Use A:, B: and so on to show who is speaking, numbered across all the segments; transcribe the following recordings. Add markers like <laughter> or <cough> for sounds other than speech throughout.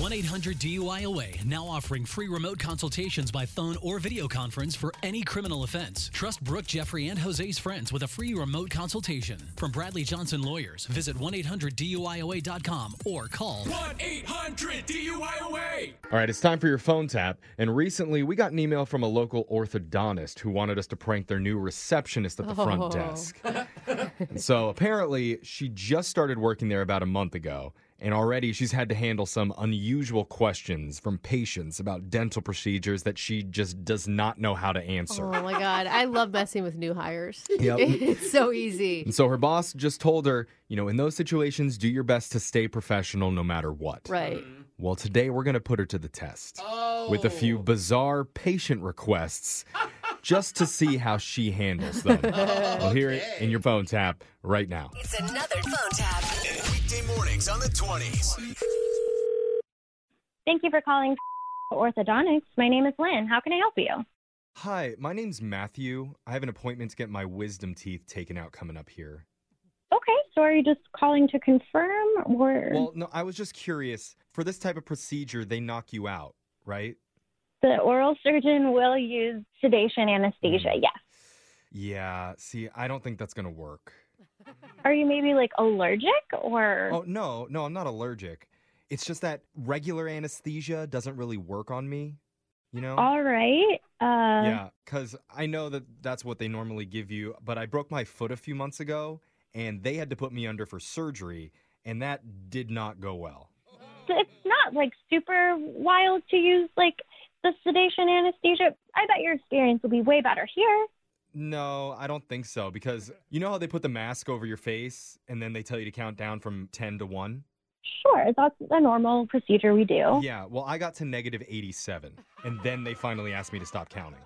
A: 1 800 DUIOA now offering free remote consultations by phone or video conference for any criminal offense. Trust Brooke, Jeffrey, and Jose's friends with a free remote consultation. From Bradley Johnson Lawyers, visit 1 800 DUIOA.com or call
B: 1 800 DUIOA.
C: All right, it's time for your phone tap. And recently, we got an email from a local orthodontist who wanted us to prank their new receptionist at the
D: Oh.
C: front desk. and so apparently, she just started working there about a month ago. And already, she's had to handle some unusual questions from patients about dental procedures that she just does not know how to answer.
D: Oh my God. I love messing with new hires.
C: Yep.
D: it's so easy.
C: <laughs> And so her boss just told her, you know, in those situations, do your best to stay professional no matter what.
D: Right.
C: Well, today we're going to put her to the test with a few bizarre patient requests just to see how she handles them. We'll hear it in your phone tap right now.
E: It's another phone tap.
F: Weekday mornings on the 20s.
G: Thank you for calling Orthodontics. My name is Lynn. How can I help you?
C: Hi, my name's Matthew. I have an appointment to get my wisdom teeth taken out coming up here.
G: Okay, so are you just calling to confirm or
C: Well, no, I was just curious. For this type of procedure, they knock you out, right?
G: the oral surgeon will use sedation anesthesia? Yes.
C: Yeah, see, I don't think that's going to work.
G: Are you maybe like allergic or
C: Oh, no, no, I'm not allergic. It's just that regular anesthesia doesn't really work on me, you know?
G: all right? Uh,
C: Yeah, because I know that that's what they normally give you, but I broke my foot a few months ago and they had to put me under for surgery, and that did not go well.
G: It's not like super wild to use like the sedation anesthesia. I bet your experience will be way better here.
C: No, I don't think so, because you know how they put the mask over your face and then they tell you to count down from 10 to 1?
G: Sure, that's a normal procedure we do.
C: Yeah, well, I got to negative 87, and then they finally asked me to stop counting.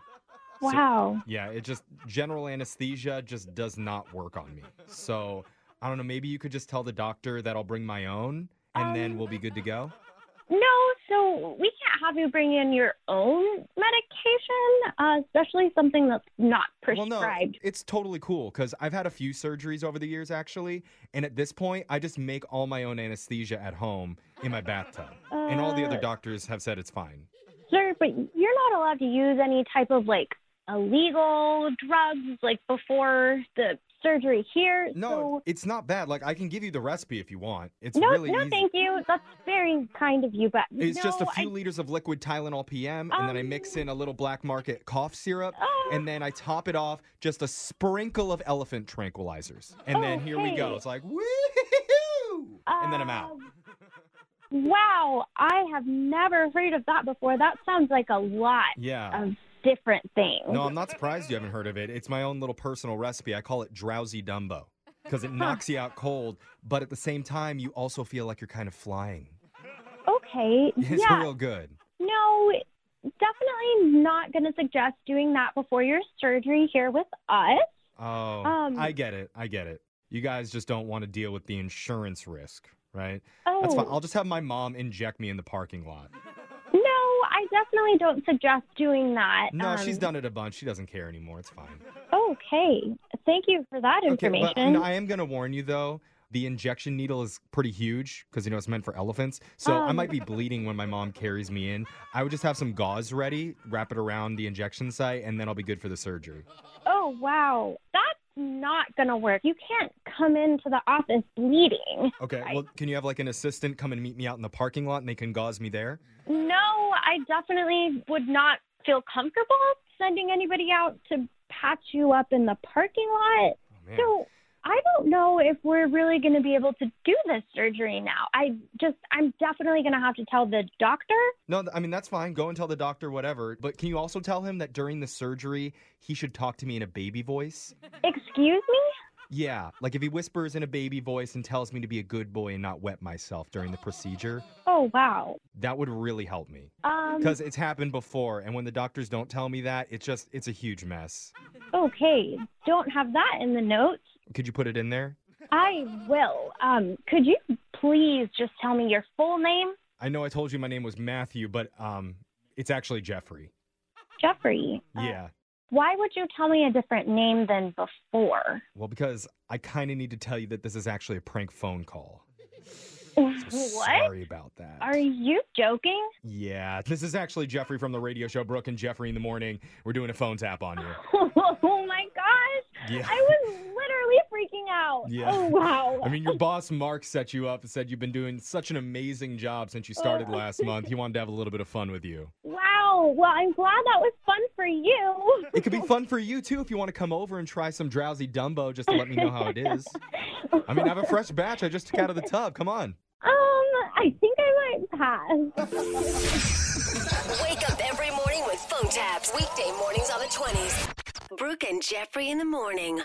C: So-
G: Wow.
C: Yeah, it just general anesthesia just does not work on me. So I don't know. Maybe you could just tell the doctor that I'll bring my own, and then we'll be good to go.
G: No, so we can't have you bring in your own medication, uh, especially something that's not
C: Well,
G: prescribed.
C: no, it's totally cool because I've had a few surgeries over the years actually, and at this point, I just make all my own anesthesia at home in my bathtub, and all the other
G: Uh,
C: doctors have said it's fine.
G: Sir, but you're not allowed to use any type of like illegal drugs like before the surgery here.
C: No, it's not bad. Like I can give you the recipe if you want. It's
G: so, no,
C: really
G: no,
C: easy.
G: thank you. That's very kind of you, but
C: It's
G: no,
C: just a few
G: I, Um,
C: liters of liquid Tylenol PM, and then I mix in a little black market cough syrup,
G: Oh.
C: and then I top it off just a sprinkle of elephant tranquilizers. And then here we go.
G: Okay.
C: It's like, woo And then I'm out.
G: uh, Wow, I have never heard of that before. That sounds like a lot
C: Yeah.
G: of different things.
C: No, I'm not surprised you haven't heard of it. It's my own little personal recipe. I call it Drowsy Dumbo because it knocks you out cold, but at the same time, you also feel like you're kind of flying. <laughs>
G: Okay.
C: It's
G: yeah.
C: real good.
G: No, definitely not going to suggest doing that before your surgery here with us.
C: Oh,
G: Um,
C: I get it. I get it. You guys just don't want to deal with the insurance risk, right?
G: Oh,
C: That's fine. I'll just have my mom inject me in the parking lot.
G: no, I definitely don't suggest doing that.
C: No,
G: Um,
C: she's done it a bunch. She doesn't care anymore. It's fine.
G: Okay. Thank you for that
C: but
G: information.
C: no, I am going to warn you though. The injection needle is pretty huge because you know it's meant for elephants. So I
G: Um. <laughs>
C: might be bleeding when my mom carries me in. I would just have some gauze ready, wrap it around the injection site, and then I'll be good for the surgery.
G: oh, wow. That's not going to work. You can't come into the office bleeding.
C: Okay. Well, can you have like an assistant come and meet me out in the parking lot and they can gauze me there?
G: No, I definitely would not feel comfortable sending anybody out to patch you up in the parking lot.
C: Oh, man.
G: So I don't know if we're really going to be able to do this surgery now. I just, I'm definitely going to have to tell the doctor.
C: No, th- I mean that's fine. Go and tell the doctor whatever. But can you also tell him that during the surgery he should talk to me in a baby voice?
G: Excuse me?
C: Yeah, like if he whispers in a baby voice and tells me to be a good boy and not wet myself during the procedure,
G: Oh, wow.
C: that would really help me.
G: Um,
C: Cuz it's happened before and when the doctors don't tell me that, it's just it's a huge mess.
G: okay. Don't have that in the notes.
C: Could you put it in there?
G: I will. Um, could you please just tell me your full name?
C: I know I told you my name was Matthew, but um it's actually Jeffrey.
G: Jeffrey. Uh,
C: Yeah.
G: Why would you tell me a different name than before? <laughs>
C: Well, because I kind of need to tell you that this is actually a prank phone call.
G: What?
C: Sorry about that.
G: Are you joking? <laughs>
C: Yeah, this is actually Jeffrey from the radio show Brooke and Jeffrey in the Morning. We're doing a phone tap on you.
G: oh my gosh.
C: Yeah.
G: I was literally freaking out.
C: Yeah.
G: Oh, wow.
C: I mean, your boss Mark set you up and said you've been doing such an amazing job since you started
G: Oh.
C: last month. He wanted to have a little bit of fun with you.
G: wow. Well, I'm glad that was fun for you.
C: It could be fun for you too if you want to come over and try some drowsy Dumbo just to let me know how it is. I mean, I have a fresh batch I just took out of the tub. Come on.
G: Um, I think I might pass.
E: Wake up every morning with phone taps. Weekday mornings on the 20s. Brooke and Jeffrey in the morning.